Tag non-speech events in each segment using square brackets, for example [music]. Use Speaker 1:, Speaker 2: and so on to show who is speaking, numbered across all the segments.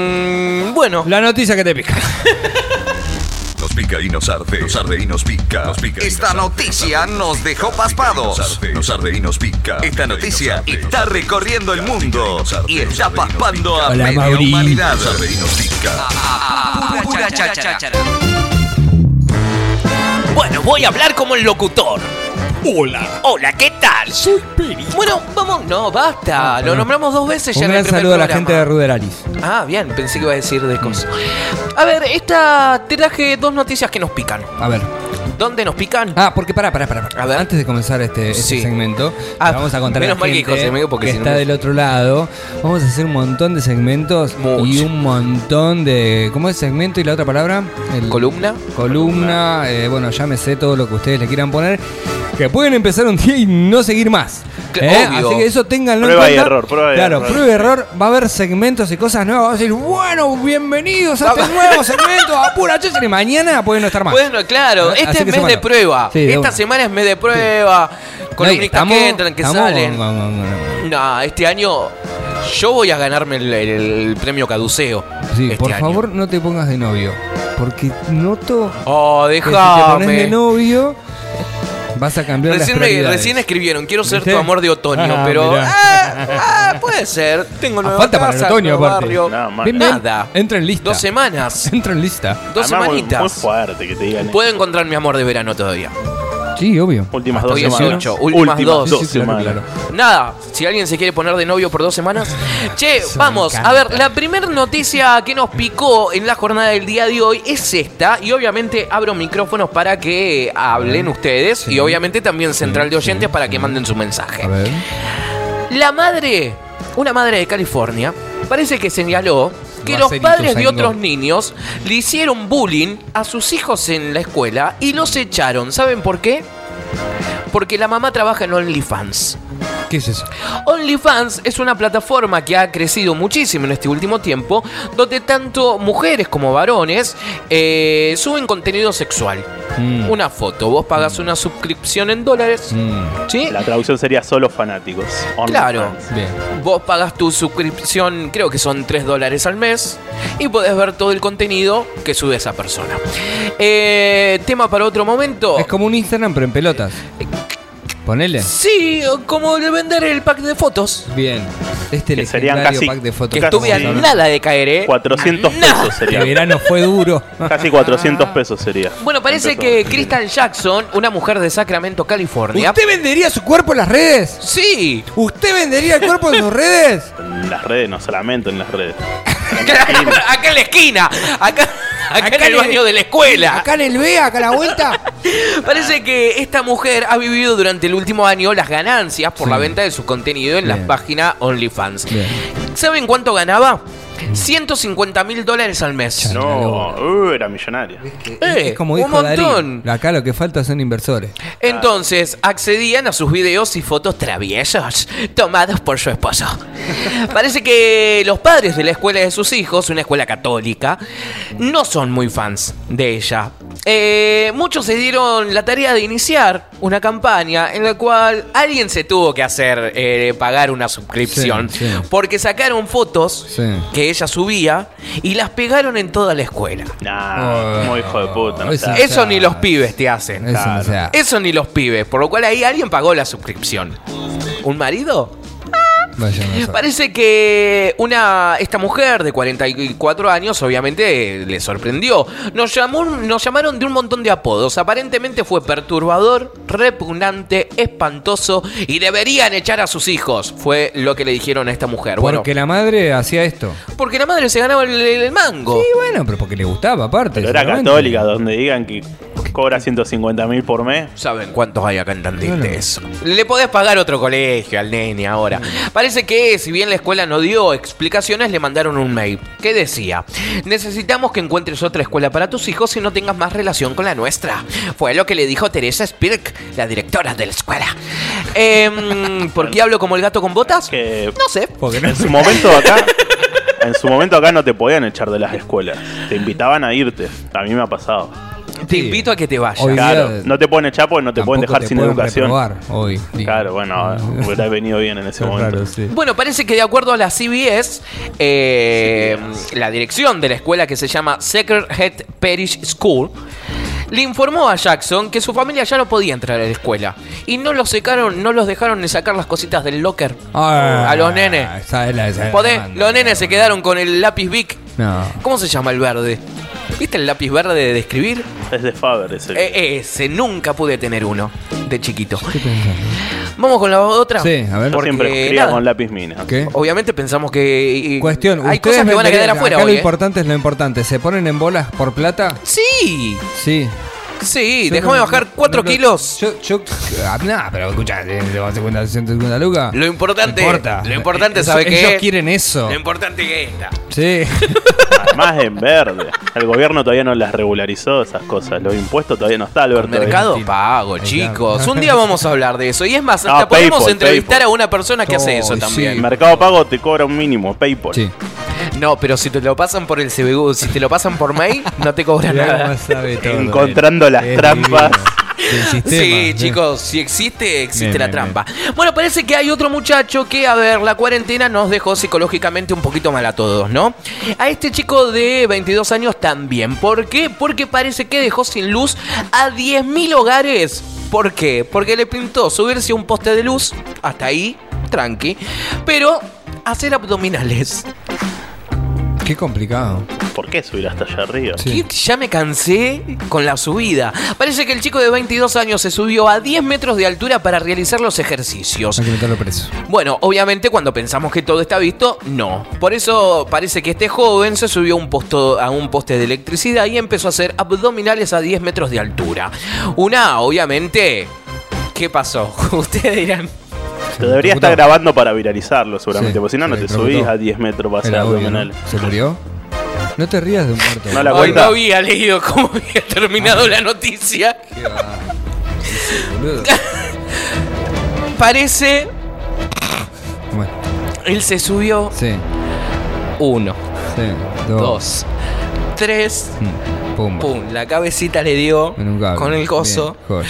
Speaker 1: Mm, Bueno,
Speaker 2: La noticia que te pica.
Speaker 3: Nos pica y nos arde. Nos arde y nos pica. Nos pica y
Speaker 4: Esta
Speaker 3: nos arde.
Speaker 4: noticia nos dejó
Speaker 3: Nos
Speaker 4: paspados.
Speaker 3: arde, nos arde y nos pica.
Speaker 4: Esta noticia está recorriendo el mundo y está paspando a
Speaker 2: Hola,
Speaker 4: media
Speaker 2: Mauri.
Speaker 4: humanidad.
Speaker 3: Nos arde y nos pica.
Speaker 1: Ah, pura chachachara. Bueno, voy a hablar como el locutor. Hola. Hola, ¿qué tal? Soy Bueno, vamos, no, basta. Lo nombramos dos veces ya
Speaker 2: Ah,
Speaker 1: en
Speaker 2: Un
Speaker 1: el
Speaker 2: gran
Speaker 1: primer
Speaker 2: saludo a la
Speaker 1: programa.
Speaker 2: gente de Mm. Ruderalis.
Speaker 1: Ah, bien, pensé que iba a decir de cosas. A ver, esta te traje dos noticias que nos pican.
Speaker 2: A ver.
Speaker 1: ¿Dónde nos pican?
Speaker 2: Ah, porque pará, pará, pará. pará.
Speaker 1: A ver.
Speaker 2: Antes de comenzar este, este
Speaker 1: Sí.
Speaker 2: segmento,
Speaker 1: Ah,
Speaker 2: le vamos a contar a la
Speaker 1: menos mal que
Speaker 2: gente
Speaker 1: dijo segmento, porque
Speaker 2: que
Speaker 1: si no
Speaker 2: está
Speaker 1: me-
Speaker 2: del otro lado. Vamos a hacer un montón de segmentos
Speaker 1: Mucho.
Speaker 2: y un montón de... ¿Cómo es segmento y la otra palabra? El-
Speaker 1: ¿Columna?
Speaker 2: Columna, eh, bueno, llámese todo lo que ustedes le quieran poner. Que pueden empezar un día y no seguir más.
Speaker 1: Que-
Speaker 2: ¿eh?
Speaker 1: obvio.
Speaker 2: Así que eso tenganlo en
Speaker 5: Prueba y
Speaker 2: cuenta.
Speaker 5: error, prueba y
Speaker 2: Claro,
Speaker 5: error.
Speaker 2: prueba y error. Va a haber segmentos y cosas nuevas. Vamos a decir, bueno, bienvenidos a este nuevo segmento. Apura, y mañana pueden no estar más.
Speaker 1: Bueno, claro,
Speaker 2: Ah,
Speaker 1: este
Speaker 2: así
Speaker 1: es
Speaker 2: que
Speaker 1: mes
Speaker 2: se
Speaker 1: de
Speaker 2: mandó.
Speaker 1: prueba.
Speaker 2: Sí, de
Speaker 1: Esta
Speaker 2: una.
Speaker 1: semana es mes de prueba.
Speaker 2: No, y
Speaker 1: Columnistas
Speaker 2: estamos-
Speaker 1: que entran, que
Speaker 2: estamos-
Speaker 1: salen.
Speaker 2: vamos, vamos, vamos.
Speaker 1: Nah, este año yo voy a ganarme el, el premio caduceo.
Speaker 2: Sí,
Speaker 1: este
Speaker 2: por
Speaker 1: año.
Speaker 2: favor, no te pongas de novio. Porque noto
Speaker 1: Oh,
Speaker 2: que si te pones de
Speaker 1: déjame.
Speaker 2: novio, vas a cambiar
Speaker 1: Recién,
Speaker 2: las
Speaker 1: me-
Speaker 2: prioridades.
Speaker 1: recién escribieron, quiero ser
Speaker 2: ¿Viste?
Speaker 1: tu amor de otoño,
Speaker 2: Ah,
Speaker 1: pero
Speaker 2: mirá.
Speaker 1: ah, ah, puede ser. Tengo
Speaker 2: Ah,
Speaker 1: nueva
Speaker 2: falta para el
Speaker 1: casa,
Speaker 2: otoño,
Speaker 1: nuevo
Speaker 2: aparte.
Speaker 1: barrio.
Speaker 5: Nada más.
Speaker 2: Bien, bien.
Speaker 1: Nada.
Speaker 2: Entra en lista.
Speaker 1: Dos semanas,
Speaker 2: [laughs] Entra en lista.
Speaker 1: dos
Speaker 5: Además, muy- Muy,
Speaker 1: semanitas.
Speaker 5: fuerte que te digan. eso.
Speaker 1: Puedo encontrar mi amor de verano todavía.
Speaker 2: Sí, obvio.
Speaker 5: Últimas
Speaker 1: Hasta
Speaker 5: dos
Speaker 1: hoy
Speaker 5: semanas.
Speaker 1: 18, últimas dos.
Speaker 2: Sí, sí, claro,
Speaker 5: semanas.
Speaker 2: claro.
Speaker 1: Nada, si alguien se quiere poner de novio por dos
Speaker 2: [laughs]
Speaker 1: semanas. Che,
Speaker 2: Eso me
Speaker 1: vamos, a
Speaker 2: encanta.
Speaker 1: ver, la primera noticia que nos picó en la jornada del día de hoy es esta. Y obviamente abro micrófonos para que hablen ustedes.
Speaker 2: Sí.
Speaker 1: Y obviamente también central de
Speaker 2: sí,
Speaker 1: oyentes para
Speaker 2: sí.
Speaker 1: que manden su mensaje.
Speaker 2: A ver.
Speaker 1: La madre, una madre de California, parece que señaló que los
Speaker 2: Marcelito
Speaker 1: padres de
Speaker 2: Saingo.
Speaker 1: otros niños le hicieron bullying a sus hijos en la escuela y los echaron. ¿Saben por qué? Porque la mamá trabaja en OnlyFans.
Speaker 2: ¿Qué es eso?
Speaker 1: OnlyFans es una plataforma que ha crecido muchísimo en este último tiempo, donde tanto mujeres como varones eh, suben contenido sexual.
Speaker 2: Mm.
Speaker 1: Una foto, vos pagas una suscripción en dólares,
Speaker 2: Mm,
Speaker 1: ¿sí?
Speaker 5: La traducción sería solo fanáticos. Only
Speaker 1: Claro.
Speaker 5: fans.
Speaker 2: Bien.
Speaker 1: Vos pagas tu suscripción, creo que son 3 dólares al mes, y podés ver todo el contenido que sube esa persona. Eh, tema para otro momento.
Speaker 2: Es como un Instagram, pero en pelotas. Ponele.
Speaker 1: Sí, como el vender el pack de fotos.
Speaker 2: Bien. Este
Speaker 5: Que serían
Speaker 2: legendario
Speaker 5: casi-
Speaker 2: pack de fotos.
Speaker 1: Que
Speaker 5: Casi.
Speaker 1: estuve a nada de caer, ¿eh?
Speaker 5: 400 pesos
Speaker 2: Este
Speaker 5: sería.
Speaker 2: verano fue
Speaker 1: [laughs]
Speaker 2: duro.
Speaker 5: Casi 400 pesos sería.
Speaker 1: Bueno, parece
Speaker 5: Empezó.
Speaker 1: que Crystal Jackson, una mujer de Sacramento, California.
Speaker 2: ¿Usted vendería su cuerpo en las redes? [laughs]
Speaker 1: Sí.
Speaker 2: ¿Usted vendería el cuercupo en sus redes?
Speaker 5: En las redes, no solamente en las redes.
Speaker 1: acá en la esquina. Acá, acá en el baño de la escuela.
Speaker 2: Acá en el B, acá a la Ah. vuelta.
Speaker 1: Parece que esta mujer ha vivido durante el último año las ganancias por
Speaker 2: Sí.
Speaker 1: la venta de su contenido en la
Speaker 2: Bien.
Speaker 1: página OnlyFans.
Speaker 2: Bien. Mm.
Speaker 1: ¿Saben cuánto ganaba? 150 mil dólares al mes.
Speaker 5: No, uh, era millonaria.
Speaker 1: Eh,
Speaker 2: es como
Speaker 1: un
Speaker 2: dijo
Speaker 1: montón.
Speaker 2: Darín. Acá lo que falta son inversores.
Speaker 1: Entonces accedían a sus videos y fotos traviesos tomados por su
Speaker 2: [laughs]
Speaker 1: esposo. Parece que los padres de la escuela de sus hijos, una escuela católica, no son muy fans de ella. Eh, muchos se dieron la tarea de iniciar una campaña en la cual alguien se tuvo que hacer eh, pagar una suscripción
Speaker 2: Sí, sí.
Speaker 1: porque sacaron fotos
Speaker 2: Sí.
Speaker 1: que ella subía y las pegaron en toda la escuela.
Speaker 5: Nah,
Speaker 2: Oh,
Speaker 5: muy hijo de puta. No
Speaker 2: eso-
Speaker 5: sabes.
Speaker 1: Eso ni los pibes te hacen.
Speaker 2: Ah, Eso no se hace.
Speaker 1: Eso ni los pibes, por lo cual ahí alguien pagó la suscripción. ¿Un marido?
Speaker 2: Vaya, no sabe.
Speaker 1: Parece que una esta mujer de 44 años obviamente eh, le sorprendió. Nos, llamó, nos llamaron de un montón de apodos. Aparentemente fue perturbador, repugnante, espantoso y deberían echar a sus hijos. Fue lo que le dijeron a esta mujer. Bueno,
Speaker 2: Porque la madre hacía esto.
Speaker 1: porque la madre se ganaba el, el mango.
Speaker 2: Y bueno, pero porque le gustaba, aparte.
Speaker 5: Pero era
Speaker 2: seguramente.
Speaker 5: católica, donde digan que cobra 150 mil por mes.
Speaker 1: ¿Saben cuántos hay acá en Tandil
Speaker 2: Claro.
Speaker 1: de eso? Le podés pagar otro colegio al nene ahora. Parece que, si bien la escuela no dio explicaciones, le mandaron un mail. ¿Qué decía? Necesitamos que encuentres otra escuela para tus hijos y no tengas más relación con la nuestra. Fue lo que le dijo Teresa Spirk, la directora de la escuela. Em, ¿Por qué hablo como el gato con botas?
Speaker 5: Que
Speaker 1: No sé.
Speaker 2: Porque no-
Speaker 5: en su momento acá. En su momento acá no te podían echar de las escuelas. Te invitaban a irte. A mí me ha pasado.
Speaker 1: Te
Speaker 2: contigo.
Speaker 1: invito a que te vayas.
Speaker 2: Hoy
Speaker 5: Claro,
Speaker 2: día
Speaker 5: no te pueden echar porque no te pueden
Speaker 2: tampoco
Speaker 5: dejar
Speaker 2: te
Speaker 5: sin
Speaker 2: pueden
Speaker 5: educación.
Speaker 2: reprobar hoy. digo. [laughs]
Speaker 5: Claro, bueno, hubiera venido bien en ese momento.
Speaker 2: Claro, sí.
Speaker 1: Bueno, parece que de acuerdo a la CBS, eh, la dirección de la escuela que se llama Sacred Head Parish School, le informó a Jackson que su familia ya no podía entrar a la escuela. Y no los secaron, no los dejaron ni sacar las cositas del locker
Speaker 2: Ah,
Speaker 1: a los nenes.
Speaker 2: esa es la- esa es la
Speaker 1: Podés-
Speaker 2: banda.
Speaker 1: los nenes se quedaron con el lápiz Bic.
Speaker 2: No.
Speaker 1: ¿Cómo se llama el verde? ¿Viste el lápiz verde de escribir?
Speaker 5: Es de Faber ese.
Speaker 1: Eh, ese, nunca pude tener uno de chiquito.
Speaker 2: Estoy pensando.
Speaker 1: Vamos con la otra.
Speaker 2: Sí, a ver.
Speaker 5: Yo siempre
Speaker 1: porque
Speaker 5: escribía
Speaker 1: nada.
Speaker 5: con lápiz mina.
Speaker 2: ¿Qué?
Speaker 1: Obviamente pensamos que. y-
Speaker 2: Cuestión.
Speaker 1: Hay
Speaker 2: ustedes
Speaker 1: cosas que van a
Speaker 2: venderían-
Speaker 1: quedar afuera
Speaker 2: Acá
Speaker 1: hoy,
Speaker 2: lo
Speaker 1: ¿eh?
Speaker 2: importante es lo importante. ¿Se ponen en bolas por plata?
Speaker 1: Sí,
Speaker 2: Sí.
Speaker 1: sí,
Speaker 2: Yo
Speaker 1: déjame
Speaker 2: no-
Speaker 1: bajar
Speaker 2: no-
Speaker 1: 4
Speaker 2: no-
Speaker 1: kilos.
Speaker 2: Yo, yo, ah, nah, pero escuchá, eh, le vas a cuenta 150 lucas.
Speaker 1: Lo importante-
Speaker 2: No importa.
Speaker 1: lo importante,
Speaker 2: Eh,
Speaker 1: ¿sabe
Speaker 2: ellos-
Speaker 1: qué?
Speaker 2: Ellos quieren eso.
Speaker 1: Lo importante que esta. [laughs]
Speaker 2: Sí.
Speaker 5: Además en verde. El gobierno todavía no las regularizó esas cosas. Los impuestos todavía no está, Alberto.
Speaker 1: Mercado
Speaker 2: Argentina.
Speaker 1: pago,
Speaker 2: Ahí
Speaker 1: chicos.
Speaker 2: está.
Speaker 1: Un
Speaker 2: [laughs]
Speaker 1: día vamos a hablar de eso. Y es más, hasta
Speaker 5: Ah,
Speaker 1: podemos
Speaker 5: Paypal,
Speaker 1: entrevistar
Speaker 5: Paypal.
Speaker 1: a una persona que hace eso
Speaker 2: Oh,
Speaker 1: también.
Speaker 2: sí.
Speaker 5: Mercado Pago te cobra un mínimo, PayPal.
Speaker 2: sí.
Speaker 1: No, pero si te lo pasan por el CBU, si te lo pasan por mail, no te cobran
Speaker 2: Mirá
Speaker 1: nada.
Speaker 2: cómo sabe todo.
Speaker 5: Encontrando las
Speaker 2: Es
Speaker 5: trampas.
Speaker 2: divino. Del sistema.
Speaker 1: Sí, chicos, si existe, existe
Speaker 2: Bien,
Speaker 1: la
Speaker 2: bien,
Speaker 1: trampa. Bueno, parece que hay otro muchacho que, a ver, la cuarentena nos dejó psicológicamente un poquito mal a todos, ¿no? A este chico de 22 años también. ¿Por qué? Porque parece que dejó sin luz a 10.000 hogares. ¿Por qué? Porque le pintó subirse a un poste de luz, hasta ahí, tranqui, pero hacer abdominales.
Speaker 2: Qué complicado.
Speaker 5: ¿Por qué subir hasta allá arriba?
Speaker 2: Sí.
Speaker 1: ¿Qué? Ya me cansé con la subida. Parece que el chico de 22 años se subió a 10 metros de altura para realizar los ejercicios.
Speaker 2: Hay que meterlo preso.
Speaker 1: Bueno, obviamente cuando pensamos que todo está visto, no. Por eso parece que este joven se subió a un, posto- a un poste de electricidad y empezó a hacer abdominales a 10 metros de altura. Una, obviamente... ¿Qué pasó? [laughs] Ustedes dirán...
Speaker 5: Te debería estar
Speaker 2: Computador.
Speaker 5: grabando para viralizarlo seguramente,
Speaker 2: Sí,
Speaker 5: porque si no, no
Speaker 2: se
Speaker 5: te
Speaker 2: electrocutó.
Speaker 5: subís a 10 metros para hacer
Speaker 2: Era obvio,
Speaker 5: abdominales.
Speaker 2: ¿no? ¿Se murió? No te rías de un muerto.
Speaker 5: No la-
Speaker 1: Hoy no
Speaker 5: cuenta?
Speaker 1: había leído cómo [laughs] había terminado la noticia.
Speaker 2: Qué va. Ese
Speaker 1: [laughs]
Speaker 2: boludo.
Speaker 1: Parece...
Speaker 2: Bueno,
Speaker 1: Él se subió
Speaker 2: sí,
Speaker 1: uno.
Speaker 2: sí. Dos.
Speaker 1: dos, tres,
Speaker 2: Mm, Pum.
Speaker 1: pum, la cabecita le dio
Speaker 2: En un cable.
Speaker 1: con el coso.
Speaker 2: Bien, joya.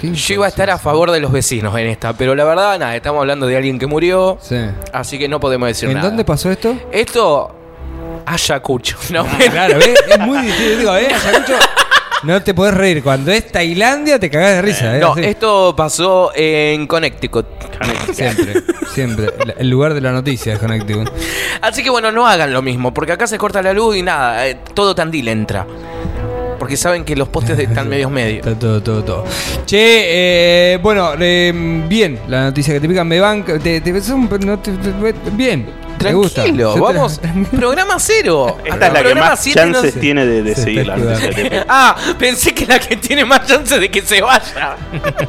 Speaker 2: Qué
Speaker 1: Yo iba a estar a favor de los vecinos en esta, pero la verdad, nada, estamos hablando de alguien que murió,
Speaker 2: Sí.
Speaker 1: así que no podemos decir
Speaker 2: ¿En
Speaker 1: nada.
Speaker 2: dónde pasó esto?
Speaker 1: [laughs] Esto, Ayacucho, [laughs] no me-
Speaker 2: Claro, ¿eh? es muy difícil. Digo, ¿eh? Ayacucho, no te podés reír. Cuando es Tailandia te cagás de risa, ¿eh?
Speaker 1: No,
Speaker 2: Así.
Speaker 1: esto pasó en Connecticut.
Speaker 2: Siempre, siempre. El- El lugar de la noticia es Connecticut.
Speaker 1: Así que bueno, no hagan lo mismo, porque acá se corta la luz y nada, eh, todo Tandil entra. Porque saben que los postes
Speaker 2: [laughs]
Speaker 1: están medios medios.
Speaker 2: Está todo, todo, todo. Che, eh, bueno, eh, bien, la noticia que te pican me banca. Te, te- es un- no te- te- bien, me gusta.
Speaker 1: Tranquilo,
Speaker 2: Se tra-
Speaker 1: vamos. Programa cero.
Speaker 5: Esta es la que
Speaker 1: Programa
Speaker 5: más
Speaker 1: siete no
Speaker 5: chances
Speaker 1: se-
Speaker 5: tiene de, de
Speaker 2: se
Speaker 5: seguir
Speaker 2: está
Speaker 5: la noticia. que-
Speaker 1: [laughs] Ah, pensé que la que tiene más chance de que se vaya.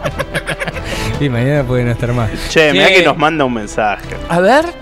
Speaker 2: [laughs] Y mañana pueden estar más.
Speaker 5: Che, mira
Speaker 1: Che.
Speaker 5: que nos manda un mensaje.
Speaker 1: A ver.